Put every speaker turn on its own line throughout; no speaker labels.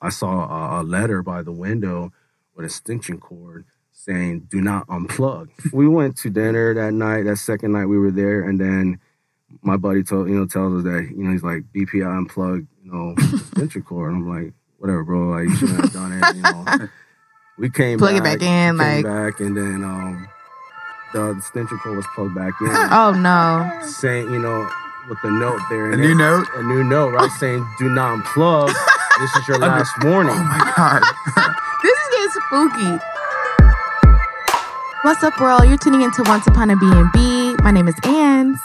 I saw a, a letter by the window with an extension cord saying, do not unplug. We went to dinner that night, that second night we were there. And then my buddy told, you know, tells us that, you know, he's like, BPI unplugged, you know, extension cord. And I'm like, whatever, bro. Like, you shouldn't have done it. You know, we came
Plug it
back,
back
came
in, like,
back, and then um, the extension cord was plugged back in,
oh no.
saying, you know, with the note there,
A
and
new note.
a new note, right, saying, "Do not unplug. This is your last warning."
Oh my god.
This is getting spooky. What's up, world? You're tuning into Once Upon a B&B. My name is Anne,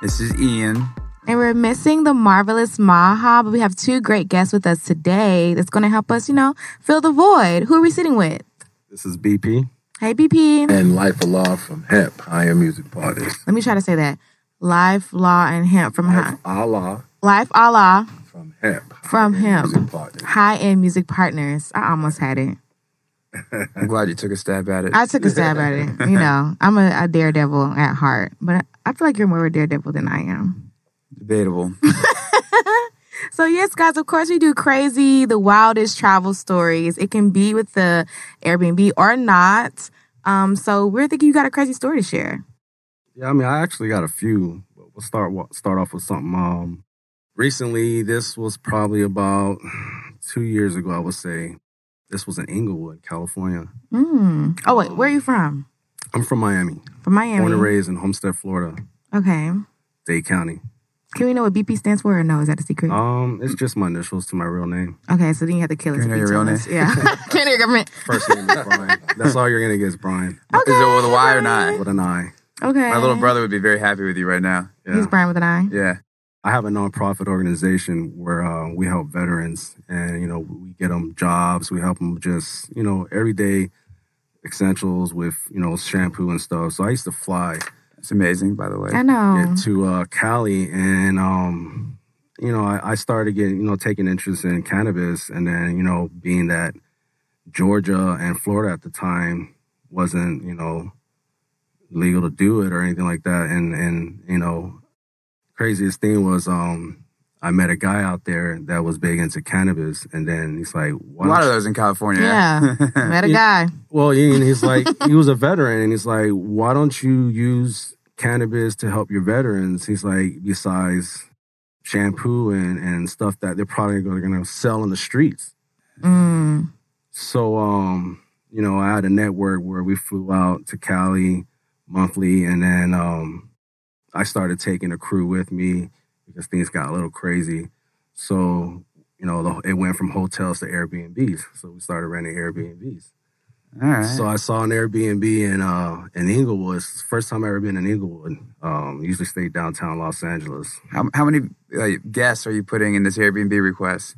this is Ian.
and we're missing the marvelous Maha, but we have two great guests with us today that's going to help us, you know, fill the void. Who are we sitting with?
This is BP.
Hey, BP.
and Life Aloft from Hemp, I am music artist.
Let me try to say that. Life, law, and hemp from high.
Life Allah
Life, Allah
from Hemp.
from
I Am
hemp.
Music artist.
High end music partners. I almost had it.
I'm glad you took a stab at it.
I took a stab at it. You know, I'm a, a daredevil at heart, but I feel like you're more of a daredevil than I am.
Debatable.
So, yes, guys, of course, we do crazy, the wildest travel stories. It can be with the Airbnb or not. Um, so, we're thinking you got a crazy story to share.
Yeah, I mean, I actually got a few, but we'll start wa- start off with something. Um, recently, this was probably about two years ago, I would say. This was in Inglewood, California.
Mm. Oh, wait, where are you from?
I'm from Miami,
From Miami.
born and raised in Homestead, Florida,
Okay.
Dade County.
Can we know what BP stands for or no? Is that a secret?
Uh,
Um, it's just my initials to my real name.
okay, so then you have to kill us.
Can we
if
know
you tell
your real
us. Yeah. Can't hear government.
First name is Brian. That's all you're gonna get is Brian
Okay.
Is it with a Y or not?
with an I.
Okay.
My little brother would be very happy with you right now.
He's Brian with an eye.
Yeah.
I have a nonprofit organization where uh, we help veterans, and you know we get them jobs. We help them just you know everyday essentials with you know shampoo and stuff. So I used to fly
It's amazing, by the way.
I know.
yeah, to uh, Cali, and um, you know I, I started getting you know taking interest in cannabis, and then you know being that Georgia and Florida at the time wasn't you know legal to do it or anything like that, and and you know craziest thing was um I met a guy out there that was big into cannabis, and then he's like,
a
Why
lot
don't
of
you-
those in California.
Yeah. Met a guy.
well, yeah, and he's like, he was a veteran, and he's like, why don't you use cannabis to help your veterans? He's like, besides shampoo and, and stuff that they're probably going to sell in the streets.
Mm.
So, um, you know, I had a network where we flew out to Cali monthly, and then um, I started taking a crew with me because things got a little crazy. So, you know, the, it went from hotels to Airbnbs. So we started renting Airbnbs.
All right.
So I saw an Airbnb in uh in Inglewood. It's the first time I ever been in Inglewood. Um, usually stay downtown Los Angeles.
how, how many uh, guests are you putting in this Airbnb request?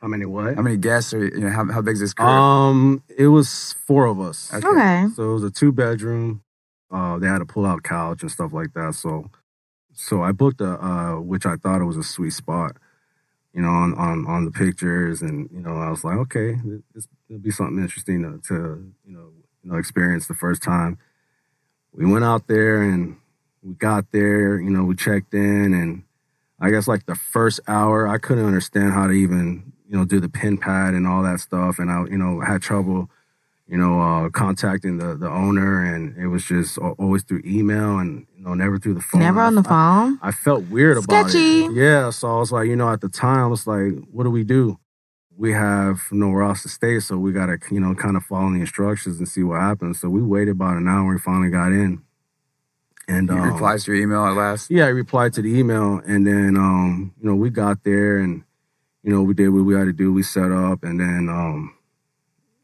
How many what?
How many guests are you, you know, how, how big is this crew?
Um, it was four of us.
Okay.
Okay.
So it was a two bedroom. Uh, they had a pull out couch and stuff like that. So, so I booked a uh, which I thought it was a sweet spot. You know, on on on the pictures, and you know, I was like, okay, this it'll be something interesting to, to you know you know experience the first time. We went out there and we got there. You know, we checked in, and I guess like the first hour, I couldn't understand how to even you know do the pin pad and all that stuff, and I you know had trouble you know, uh, contacting the, the owner, and it was just al- always through email and you know never through the phone.
Never on the phone.
I, I felt weird about
Sketchy.
it. Yeah, so I was like, you know, at the time, I was like, what do we do? We have nowhere else to stay, so we gotta you know kind of follow the instructions and see what happens. So we waited about an hour and finally got in. And
He
um,
replies to your email at last.
yeah, I replied to the email, and then um, you know we got there, and you know we did what we had to do. We set up, and then um,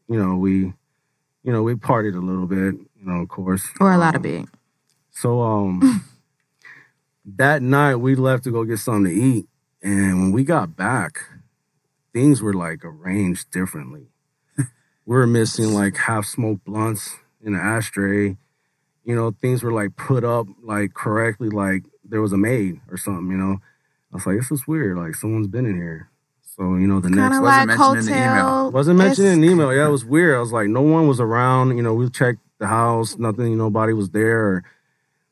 you know we, you know we partied a little bit, you know of course,
Or a lot of
Um,
big.
So um, that night we left to go get something to eat, and when we got back, things were like arranged differently. we were missing like half smoked blunts in an ashtray. You know, things were like put up like correctly, like there was a maid or something. You know, I was like, this is weird. Like someone's been in here. So you know, the next
Kind of
wasn't
like
mentioned in the
hotel.
email.
wasn't mentioned in
It's-
an email. Yeah, it was weird. I was like, no one was around. You know, we checked the house, nothing. Nobody was there.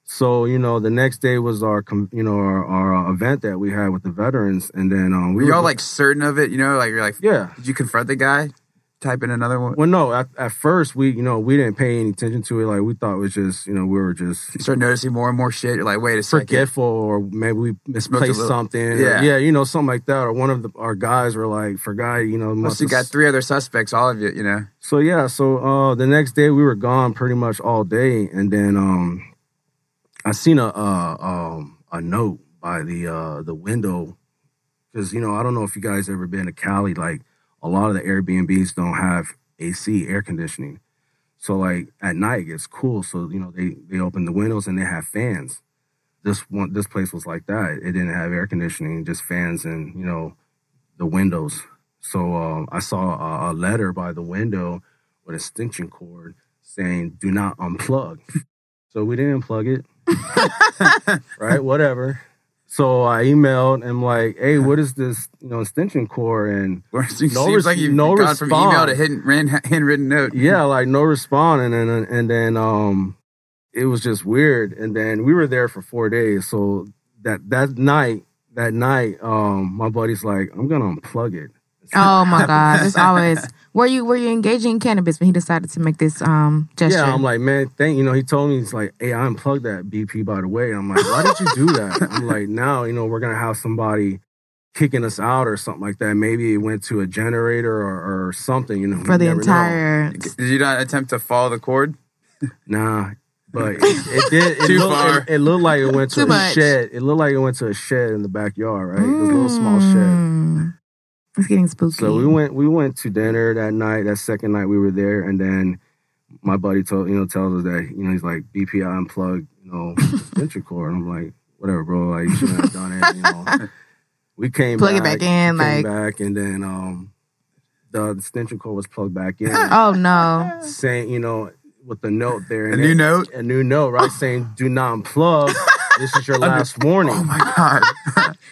So you know, the next day was our com- you know our, our uh, event that we had with the veterans, and then um,
Were
were-
y'all like certain of it? You know, like you're like,
yeah.
did you confront the guy? Type in another one.
Well, no, at, at first we you know we didn't pay any attention to it. Like we thought it was just you know we were just
You start noticing more and more shit. You're like, wait a second.
forgetful or maybe we misplaced
little.
something. or-
Yeah.
yeah, you know something like that. Or one of the, our guys were like forgot you know
Plus,
must
you
have
got three other suspects, all of you, you know.
So yeah, so uh the next day we were gone pretty much all day and then um I seen a uh um a note by the uh the window cuz you know, I don't know if you guys ever been to Cali like a lot of the Airbnbs don't have AC air conditioning. So like at night it gets cool, so you know, they they open the windows and they have fans. This one this place was like that. It didn't have air conditioning, just fans and, you know, the windows. So um, I saw a, a letter by the window with an extension cord saying, "Do not unplug." so we didn't unplug it, right? Whatever. So I emailed and like, "Hey, what is this? You know, extension cord?" And
Where it seems
No
like
res-
you've
no
gone from email
response.
to hidden, ran, handwritten note.
yeah, like no response. And then and then um, it was just weird. And then we were there for four days. So that that night, that night, um, my buddy's like, "I'm gonna unplug it."
Oh my God. It's always were you were you engaging in cannabis when he decided to make this um gesture?
Yeah, I'm like, man, thank you know, he told me he's like, hey, I unplugged that BP by the way. I'm like, why did you do that? I'm like, now, you know, we're gonna have somebody kicking us out or something like that. Maybe it went to a generator or, or something, you know.
for
you
the
never know.
entire
Did you not attempt to follow the cord?
Nah. But it, it did it,
Too
looked,
far.
It, it looked like it went to
Too
a
much.
shed. It looked like it went to a shed in the backyard, right? This little small shed.
Mm. It's getting spooky.
So we went we went to dinner that night, that second night we were there, and then my buddy told you know tells us that, you know, he's like BPI unplugged, you know, extension cord. And I'm like, whatever, bro, like you shouldn't have done it, you know. We came
Plug it
back,
back in,
we came
like-
back and then um the extension cord was plugged back in.
Oh no.
saying, you know, with the note there
A
and
new
it-
note?
a new note, right? saying do not unplug. This is your last warning.
Oh my God.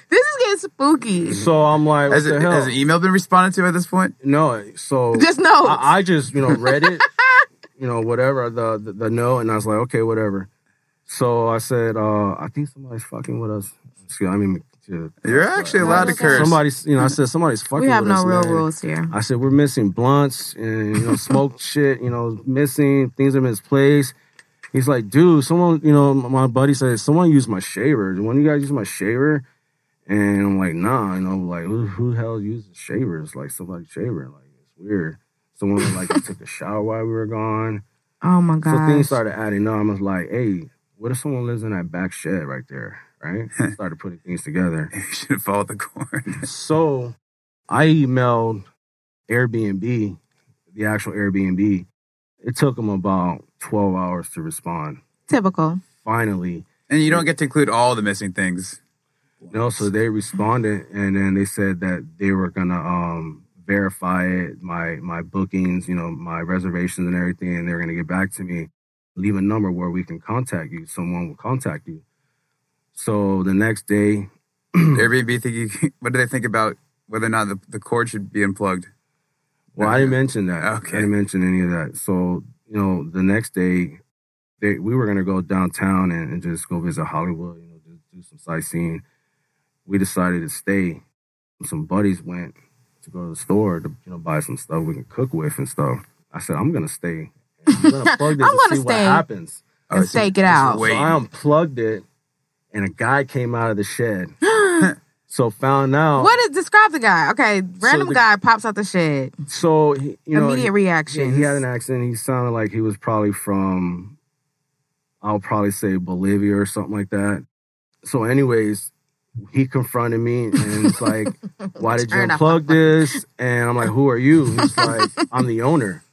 This is getting spooky.
so I'm like, what
has,
the
it,
hell?
has an email been responded to at this point?
no, so
Just notes.
I, I just you know read it, you know whatever the, the the note, and I was like, okay, whatever. So I said, uh, I think somebody's fucking with us. Excuse, I mean, to-
You're actually allowed to
okay.
curse.
somebody's. You know, I said somebody's fucking.
we have
with
no
us,
real
man."
rules here.
I said we're missing blunts and you know smoked shit. You know, missing things are misplaced. He's like, dude, someone. You know, my buddy said someone used my shaver. Did one of you guys use my shaver? And I'm like, nah. You know, like who, who the hell uses shavers? Like somebody shaver. Like it's weird. Someone like took a shower while we were gone.
Oh my
So things
god.
started adding up. I was like, hey, what if someone lives in that back shed right there? Right? started putting things together.
you should have followed the cord.
So I emailed Airbnb, the actual Airbnb. It took them about 12 hours to respond.
Typical.
Finally,
And you don't get to include all the missing things.
you know, so they responded and then they said that they were going to um, verify it, my, my bookings, you know, my reservations and everything. And they're going to get back to me, leave a number where we can contact you. Someone will contact you. So the next day,
Airbnb think you, what do they think about whether or not the, the cord should be unplugged?
Well, I didn't mention that.
Okay.
I didn't mention any of that. So, you know, the next day, they, we were going to go downtown and, and just go visit Hollywood, you know, just do some sightseeing. We decided to stay. Some buddies went to go to the store to, you know, buy some stuff we can cook with and stuff. I said, I'm going to stay. I'm going to plug this
I'm
and
gonna
see what
stay.
happens.
Oh,
And
it's-
stake it
it's
out.
waiting.
So I unplugged it, and a guy came out of the shed. so found out.
What is describe the guy? Okay,
Oh.
random
the-
guy pops out the shed.
So, he, you know,
Immediate
he-
reaction.
Yeah, he had an accent. He sounded like he was probably from, I'll probably say Bolivia or something like that. So, anyways, he confronted me and was like, "Why did you
Turn up.
unplug this?" And I'm like, "Who are you?" He's like, "I'm the owner."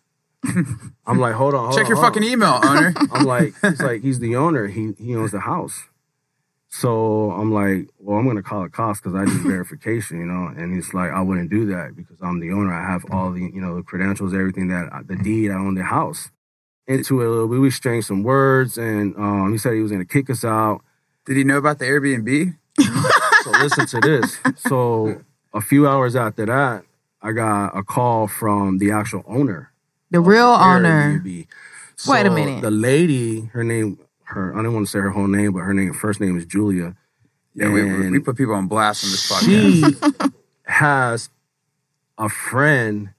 I'm like, "Hold on, hold
Check
on,
your
hold
fucking
on."
email, owner.
I'm like, "He's like, he's the owner. He he owns the house." So I'm like, "Well, I'm gonna call the cops because I need verification, you know." And he's like, "I wouldn't do that because I'm the owner. I have all the you know the credentials, everything that I, the deed. I own the house." Into it a little bit, we exchanged some words, and um, he said he was gonna kick us out.
Did he know about the Airbnb?
So listen to this. So a few hours after that, I got a call from the actual owner.
the real
of
owner.
Airbnb.
Wait a
So
minute.
The lady, her name, her. I didn't want to say her whole name, but her name first name is Julia.
Yeah, we- we,
And-
we put people on blast on this podcast.
she has a friend,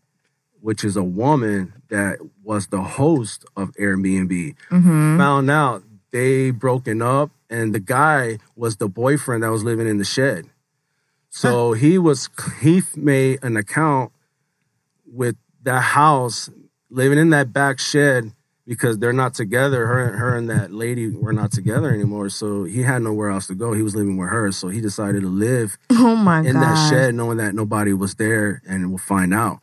which is a woman that was the host of Airbnb.
Mm-hmm.
Found out they broken up, and the guy was the boyfriend that was living in the shed. So he was he made an account with that house living in that back shed because they're not together. Her, her and that lady were not together anymore. So he had nowhere else to go. He was living with her. So he decided to live
Oh my god!
in that shed, knowing that nobody was there, and we'll find out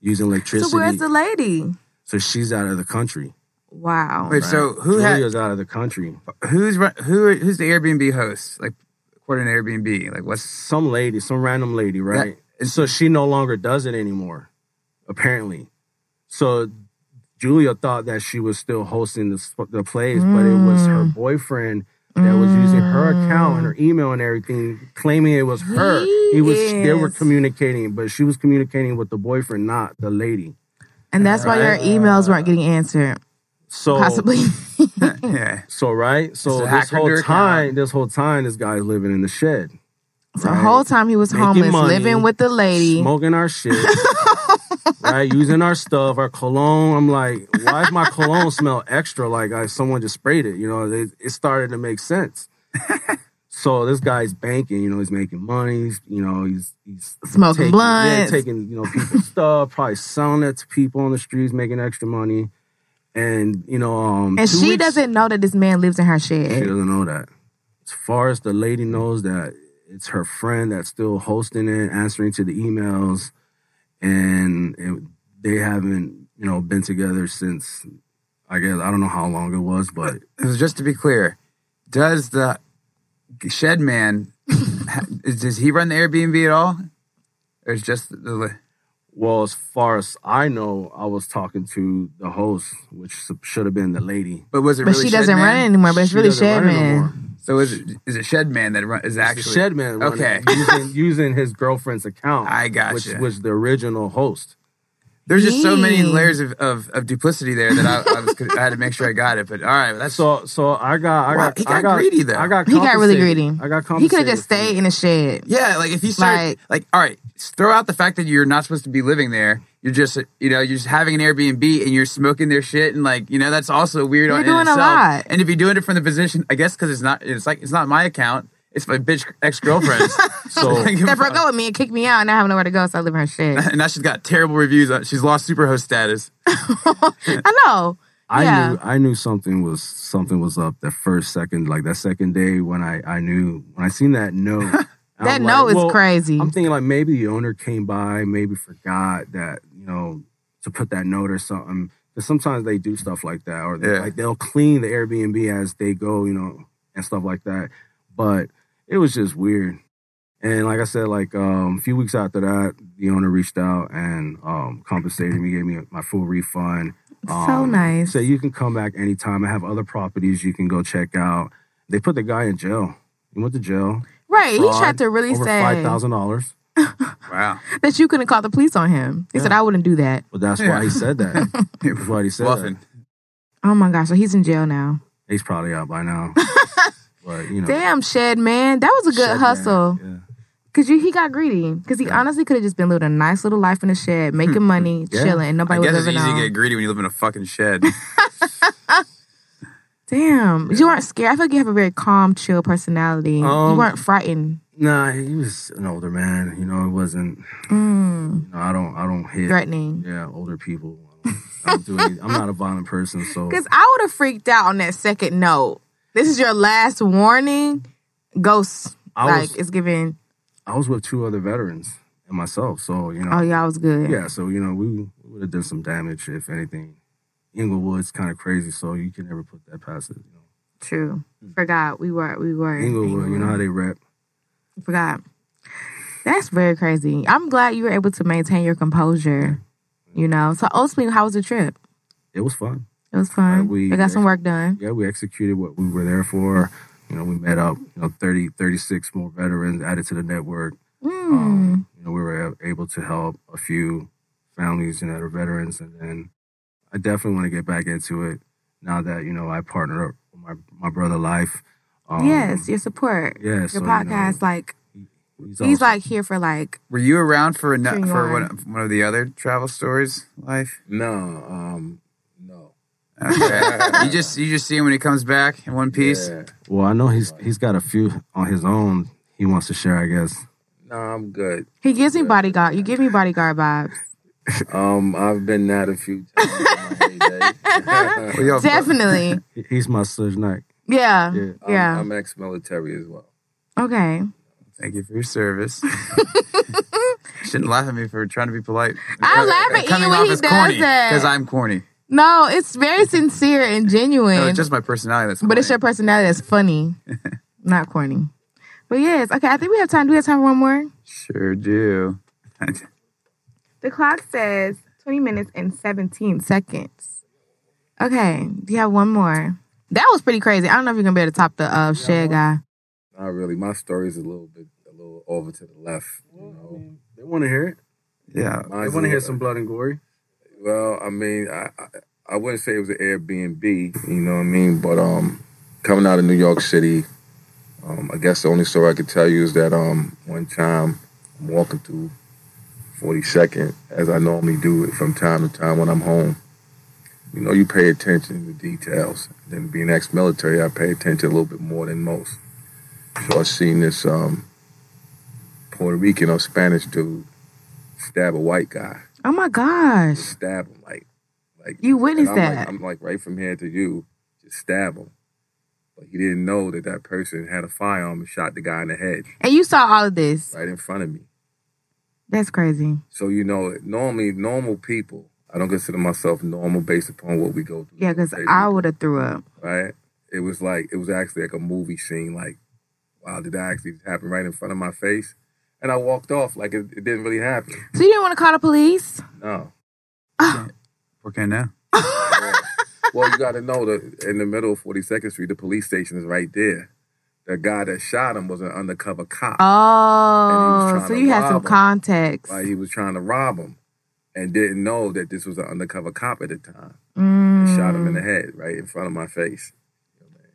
using electricity.
So where's the lady?
So she's out of the country.
Wow.
Wait, so who had
Julia's out of the country.
who's run- who are- who's the Airbnb host? Like according to Airbnb, like what's
Some lady, some random lady, right? and so she no longer does it anymore, apparently. So Julia thought that she was still hosting the sp- the plays, but it was
Mm.
her boyfriend that was using her account and her email and everything, claiming it was her.
He
He was they were
is-
communicating, but she was communicating with the boyfriend, not the lady.
and that's why your emails weren't getting answered.
So
Possibly.
yeah?
So right, so
a
this
hacker
whole
dirt
time, this whole time, this guy's living in the shed,
So the whole time he was
Making
homeless,
money,
living with the lady.
smoking our shit, right, using our stuff, our cologne. I'm like, why does my cologne smell extra? Like I, someone just sprayed it. You know, it, it started to make sense. so this guy's banking. You know, he's making money. He's, you know, he's he's
Smoking
taking, yeah,
blunts.
taking you know people's stuff, probably selling it to people on the streets, making extra money, and you know, um,
and
two
she
weeks-
doesn't know that this man lives in her shed.
She doesn't know that. As far as the lady knows that it's her friend that's still hosting it, answering to the emails, and it, they haven't, you know, been together since. I guess I don't know how long it was, but
It was just to be clear, does the shed man ha- is- does he run the Airbnb at all, or is just the, the
well, as far as I know, I was talking to the host, which should have been the lady.
but was it
but
really
she
shed
doesn't
man?
run it anymore. But it's
She
really
doesn't
shed
run it no
man.
more.
So is it is it shed man that run, is
The
actually
shed man, running-
Okay.
using, using his girlfriend's account.
I gotcha.
which was the original host.
There's just so many
Dang.
layers of, of, of duplicity there that I, I, was, I had to make sure I got it. But all right, that's all.
So, so I got, I
Wow,
got,
he
I
got
got
greedy, though.
I got,
He got really
compensated.
greedy.
I got compensated.
He could have just
for it.
stayed in the shed.
Yeah, like if you start like,
Like-
all right, throw out the fact that you're not supposed to be living there. You're just you know you're just having an Airbnb and you're smoking their shit and like you know that's also weird.
You're
on in
doing a
itself.
lot.
And if you're doing it from the position, I guess because it's not it's like it's not my account. It's my bitch ex girlfriend's.
So-
That broke up with me and kicked me out, and I have nowhere to go, so I live in her shed.
and now she's got terrible reviews. On, she's lost superhost status.
I know.
I
yeah.
knew I knew something was something was up that first second like that second day when I I knew when I seen that note.
That
I'm
no
like,
is
well,
crazy.
I'm thinking like maybe the owner came by, maybe forgot that you know to put that note or something. Because sometimes they do stuff like that, or they,
Yeah.
like they'll clean the Airbnb as they go, you know, and stuff like that. But it was just weird. And like I said, like um, a few weeks after that, the owner reached out and um, compensated me, gave me my full refund.
so nice.
So you can come back anytime. I have other properties you can go check out. They put the guy in jail. He went to jail.
right. He
fraud,
tried to really
over
say
five thousand dollars.
Wow.
that you couldn't call the police on him. He said, I wouldn't do that.
But that's
Yeah.
why he said that. that's why he said that.
Bluffing.
Oh my gosh. So he's in jail now.
He's probably out by now. but you know,
Damn, shed man. That was a good
shit, man.
hustle.
Yeah.
Cause you, he got greedy. Cause he honestly could have just been living a nice little life in the shed, making money,
Hmm. Yeah.
chilling, and
I
nobody
guess
was
it's
ever
easy to
know.
get greedy when you live in a fucking shed.
Damn, you weren't scared. I feel like you have a very calm, chill personality. you
Um,
weren't frightened.
Nah, he was an older man. You know, it wasn't.
Mm,
You know, I don't. I don't hit.
threatening.
Yeah, older people. I don't, I don't do any, I'm not a violent person, so
Cause I would have freaked out on that second note. This is your last warning. Ghosts,
I
like
was
it's giving.
I was with two other veterans and myself. So you know,
Oh, y'all was good.
Yeah, so you know, we would have done some damage if anything. Inglewood's kind of crazy, so you can never put that past it. You know?
True. Forgot we were. We were.
Inglewood, Mm. you know how they rap.
Forgot. That's very crazy. I'm glad you were able to maintain your composure. You know. So ultimately, how was the trip?
It was fun.
It was fun.
Like, we-
we got some work done.
Yeah, we executed what we were there for. You know, we met up. You know, 30, 36 more veterans added to the network.
Mm.
Um, you know, we were a- able to help a few families and other veterans, and then I definitely want to get back into it now that you know I partnered up with my my brother life. Um,
yes, your support.
yeah,
your
so, you know,
podcast, like
he's,
he's
also-
like here for like
Were you around for a, nu-
Turn
for
on.
one, one of the other travel stories? Life.
No, um, no.
Okay. you just you just see him when he comes back in one piece.
Yeah.
well, I know he's he's got a few on his own. He wants to share, I guess.
No, I'm good.
he gives me bodyguard. You give me bodyguard vibes.
Um, I've been that a few times. in my heyday.
Well, y'all-
Definitely.
He- He's my Suge Knight.
Yeah.
Yeah.
I'm,
Yeah.
I'm ex-military as well.
Okay.
Thank you for your service. Shouldn't laugh at me for trying to be polite.
I laugh at
Coming
Ian when
off
he
as
does
corny
that.
because I'm corny.
No, it's very sincere and genuine.
No, it's just my personality. That's
but it's your
corny.
personality that's funny, not corny. But yes, okay. I think we have time. Do we have time for one more?
sure do.
The clock says 20 minutes and 17 seconds. Okay, do you have one more? That was pretty crazy. I don't know if you're gonna be able to top the uh, shed guy.
Not really. My story's a little bit, a little over to the left. You know,
They want to hear it.
yeah,
Mine's
they want to
a
hear
little-
some blood and glory.
Well, I mean, I, I I wouldn't say it was an Airbnb, you know what I mean? But um, coming out of New York City, um, I guess the only story I could tell you is that um, one time I'm walking through 42nd, as I normally do from time to time when I'm home. You know, you pay attention to details. Then being ex-military, I pay attention a little bit more than most. So I seen this um, Puerto Rican or Spanish dude stab a white guy
Oh my gosh.
just stab him like like
You
and
witnessed
I'm
that.
Like, I'm like right from here to you, just stab him. But he didn't know that that person had a firearm and shot the guy in the head
and you saw all of this.
right in front of me.
That's crazy.
So you know, normally normal people, I don't consider myself normal based upon what we go through.
Yeah, because
Basically,
I would have threw up.
right. It was like it was actually like a movie scene. Like, wow, did that actually happen right in front of my face? And I walked off like it, it didn't really happen.
So you didn't want to call the police?
No.
What can I know?
well, you got to know that in the middle of 42nd Street, the police station is right there. The guy that shot him was an undercover cop.
Oh,
trying
so
to
you had
rob
some
him.
context.
Like he was trying to rob him and didn't know that this was an undercover cop at the time. And
Mm.
shot him in the head right in front of my face.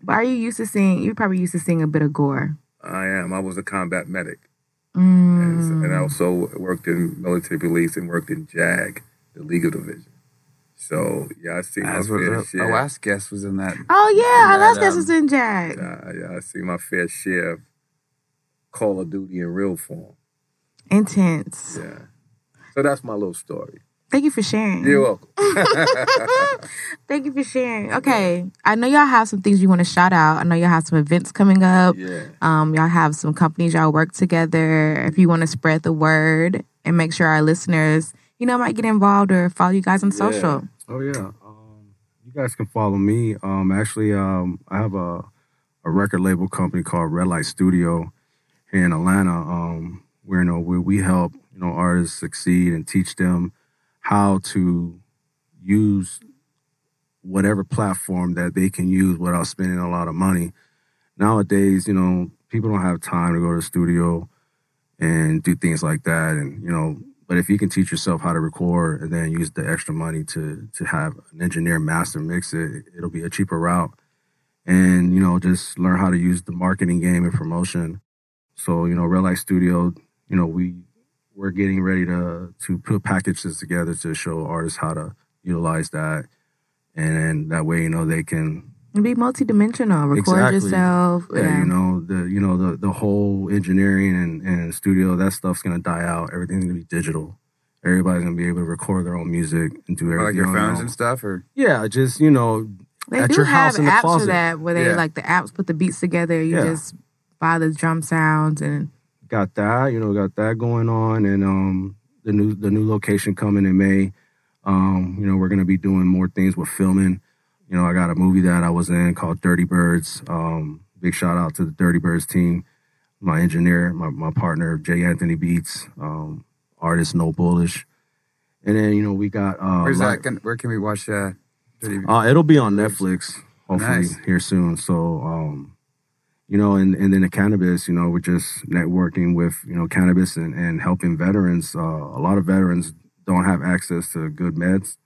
But are you used to seeing? You probably used to seeing a bit of gore.
I am. I was a combat medic.
Mm.
And, and I also worked in military police and worked in JAG, the legal division. So, yeah, I see my
That's what oh,
fair
our
share.
our last guest was in that.
oh yeah, I
And that,
love this
um,
was in Jack.
Yeah, yeah, I see my fair share of Call of Duty in real form.
Intense.
Yeah. So that's my little story.
Thank you for sharing.
You're welcome.
Thank you for sharing. Okay, I know y'all have some things you want to shout out. I know y'all have some events coming up.
Yeah.
Um, y'all have some companies y'all work together. If you want to spread the word and make sure our listeners, you know, might get involved or follow you guys on social.
Oh yeah. Um, you guys can follow me. Um, actually, um, I have a a record label company called Red Light Studio here in Atlanta. Um, where you know where we help you know artists succeed and teach them how to use whatever platform that they can use without spending a lot of money. Nowadays, you know, people don't have time to go to the studio and do things like that and you know but if you can teach yourself how to record and then use the extra money to to have an engineer master mix it it'll be a cheaper route and you know just learn how to use the marketing game and promotion so you know red light studio you know we we're getting ready to to put packages together to show artists how to utilize that and, and that way you know they can
And be multidimensional. Record
Exactly.
yourself.
yeah, you know the you know the the whole engineering and, and studio that stuff's gonna die out. Everything's gonna be digital. Everybody's gonna be able to record their own music and do everything.
Like your
on their
phones
own.
and stuff, or
yeah, just you know,
They
at
do
your
have
house in the
apps for
closet.
that where they
Yeah.
like the apps put the beats together. You
Yeah.
just buy the drum sounds and
got that. You know, got that going on, and um, the new the new location coming in May. Um, you know, we're gonna be doing more things with filming. You know, I got a movie that I was in called Dirty Birds. Um, big shout out to the Dirty Birds team, my engineer, my, my partner Jay Anthony Beats, um, artist No Bullish, and then you know we got uh,
where's
like-
that? Can, where can we watch that? Dirty-
uh, it'll be on Netflix hopefully
Nice.
here soon. So, um, you know, and, and then the cannabis, you know, we're just networking with you know cannabis and, and helping veterans. Uh, a lot of veterans don't have access to good meds,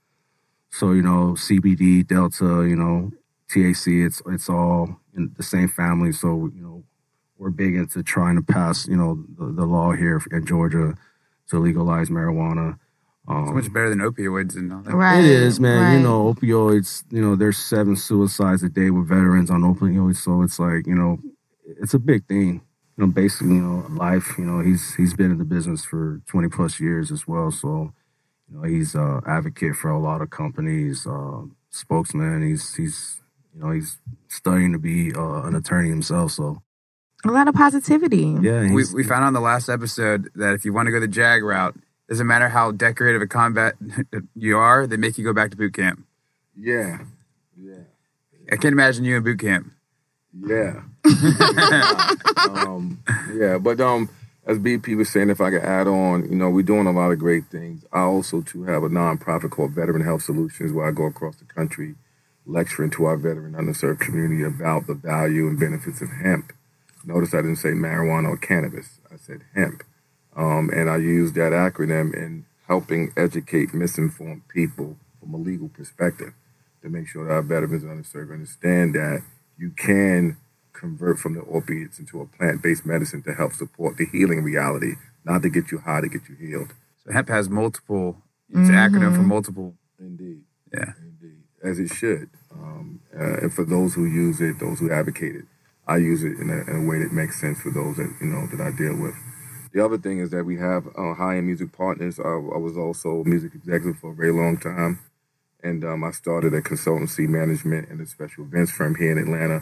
so you know CBD, Delta, you know, TAC. It's it's all in the same family, so you know we're big into trying to pass you know the, the law here in Georgia to legalize marijuana. Um,
It's much better than opioids and all that.
Right.
it is, man.
right.
You know, opioids. You know, there's seven suicides a day with veterans on opioids, so it's like you know, it's a big thing. You know, basically, you know, life. You know, he's he's been in the business for 20 plus years as well, so you know, he's a advocate for a lot of companies, uh, spokesman. He's he's you know, he's studying to be uh, an attorney himself. So
A lot of positivity.
yeah,
We,
he's,
we found on the last episode that if you want to go the JAG route, doesn't matter how decorative a combat you are, they make you go back to boot camp.
Yeah. Yeah.
I can't imagine you in boot camp.
Yeah. um, yeah, but um, as BP was saying, if I could add on, you know, we're doing a lot of great things. I also too have a nonprofit called Veteran Health Solutions, where I go across the country lecturing to our veteran underserved community about the value and benefits of hemp. Notice I didn't say marijuana or cannabis; I said hemp, um, and I use that acronym in helping educate misinformed people from a legal perspective to make sure that our veterans and underserved understand that you can convert from the opiates into a plant-based medicine to help support the healing reality, not to get you high, to get you healed.
So hemp has multiple, it's an acronym for multiple.
Indeed.
Yeah.
Indeed. As it should. Um, uh, and for those who use it, those who advocate it, I use it in a, in a way that makes sense for those that, you know, that I deal with. The other thing is that we have uh, high-end music partners. I, I was also a music executive for a very long time. And um, I started a consultancy management and a special events firm here in Atlanta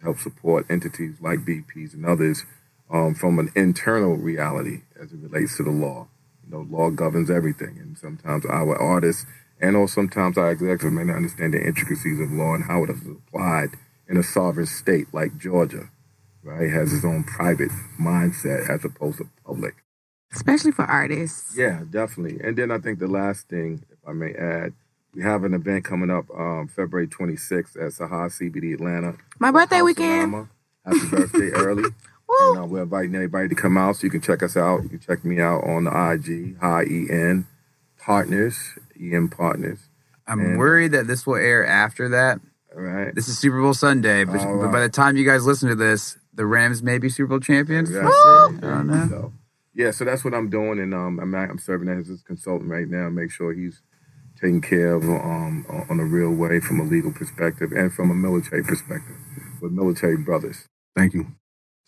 to help support entities like BPs and others um, from an internal reality as it relates to the law. You know, law governs everything, and sometimes our artists and or sometimes our executives may not understand the intricacies of law and how it is applied in a sovereign state like Georgia, right? Has its own private mindset as opposed to public.
Especially for artists.
Yeah, definitely. And then I think the last thing, if I may add, we have an event coming up um, February 26th at Sahar CBD Atlanta.
My birthday
House of
weekend.
Llama. Happy birthday early.
Woo.
And uh, we're inviting everybody to come out so you can check us out. You can check me out on the IG, High EN E Partners, EN Partners.
I'm
And-
worried that this will air after that.
All right.
This is Super Bowl Sunday, but,
Oh,
All
but
right.
by the time you guys listen to this, the Rams may be Super Bowl champions.
Yeah.
I don't know.
So, yeah, so that's what I'm doing, and um, I'm I'm serving as his consultant right now. Make sure he's taken care of um on- on a real way from a legal perspective and from a military perspective with military brothers.
thank you.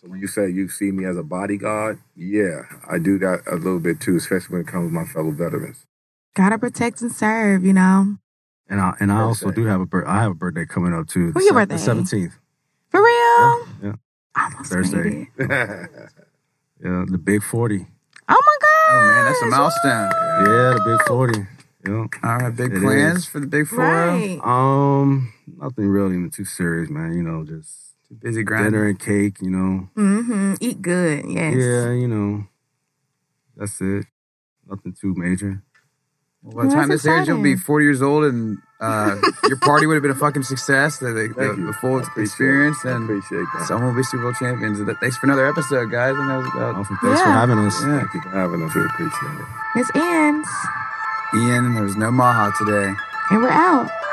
So when you say you see me as a bodyguard, yeah, I do that a little bit too, especially when it comes to my fellow veterans.
Gotta protect and serve, you know.
And I and I also
Birthday.
do have a bir- I have a birthday coming up too.
When's your
the
birthday? Oh.
Seventeenth.
For
Yeah,
real.
yeah,
Almost
Thursday.
made it.
yeah. The big forty.
Oh my god.
Oh, man, that's a milestone.
Yeah, the big forty. Yeah.
All right, big
It
plans
is.
for the Big Four.
Right.
Um, nothing really even too serious, man. You know, just
Busy grinding.
dinner and cake. You know,
Mm-hmm. Eat good. Yes.
yeah, you know, that's it. Nothing too major.
By the time
That's
this airs, you'll be
exciting.
40 years old, and uh, your party would have been a fucking success. The, the,
Thank
the-
you.
the full
I appreciate it.
experience,
I
and
appreciate that.
someone will be Super Bowl champions. Thanks for another episode, guys. And that was about
Awesome. Thanks for
Yeah.
having us.
Yeah.
Thank you for having us. We appreciate it.
This ends.
Ian. There was no Maha today.
And we're out.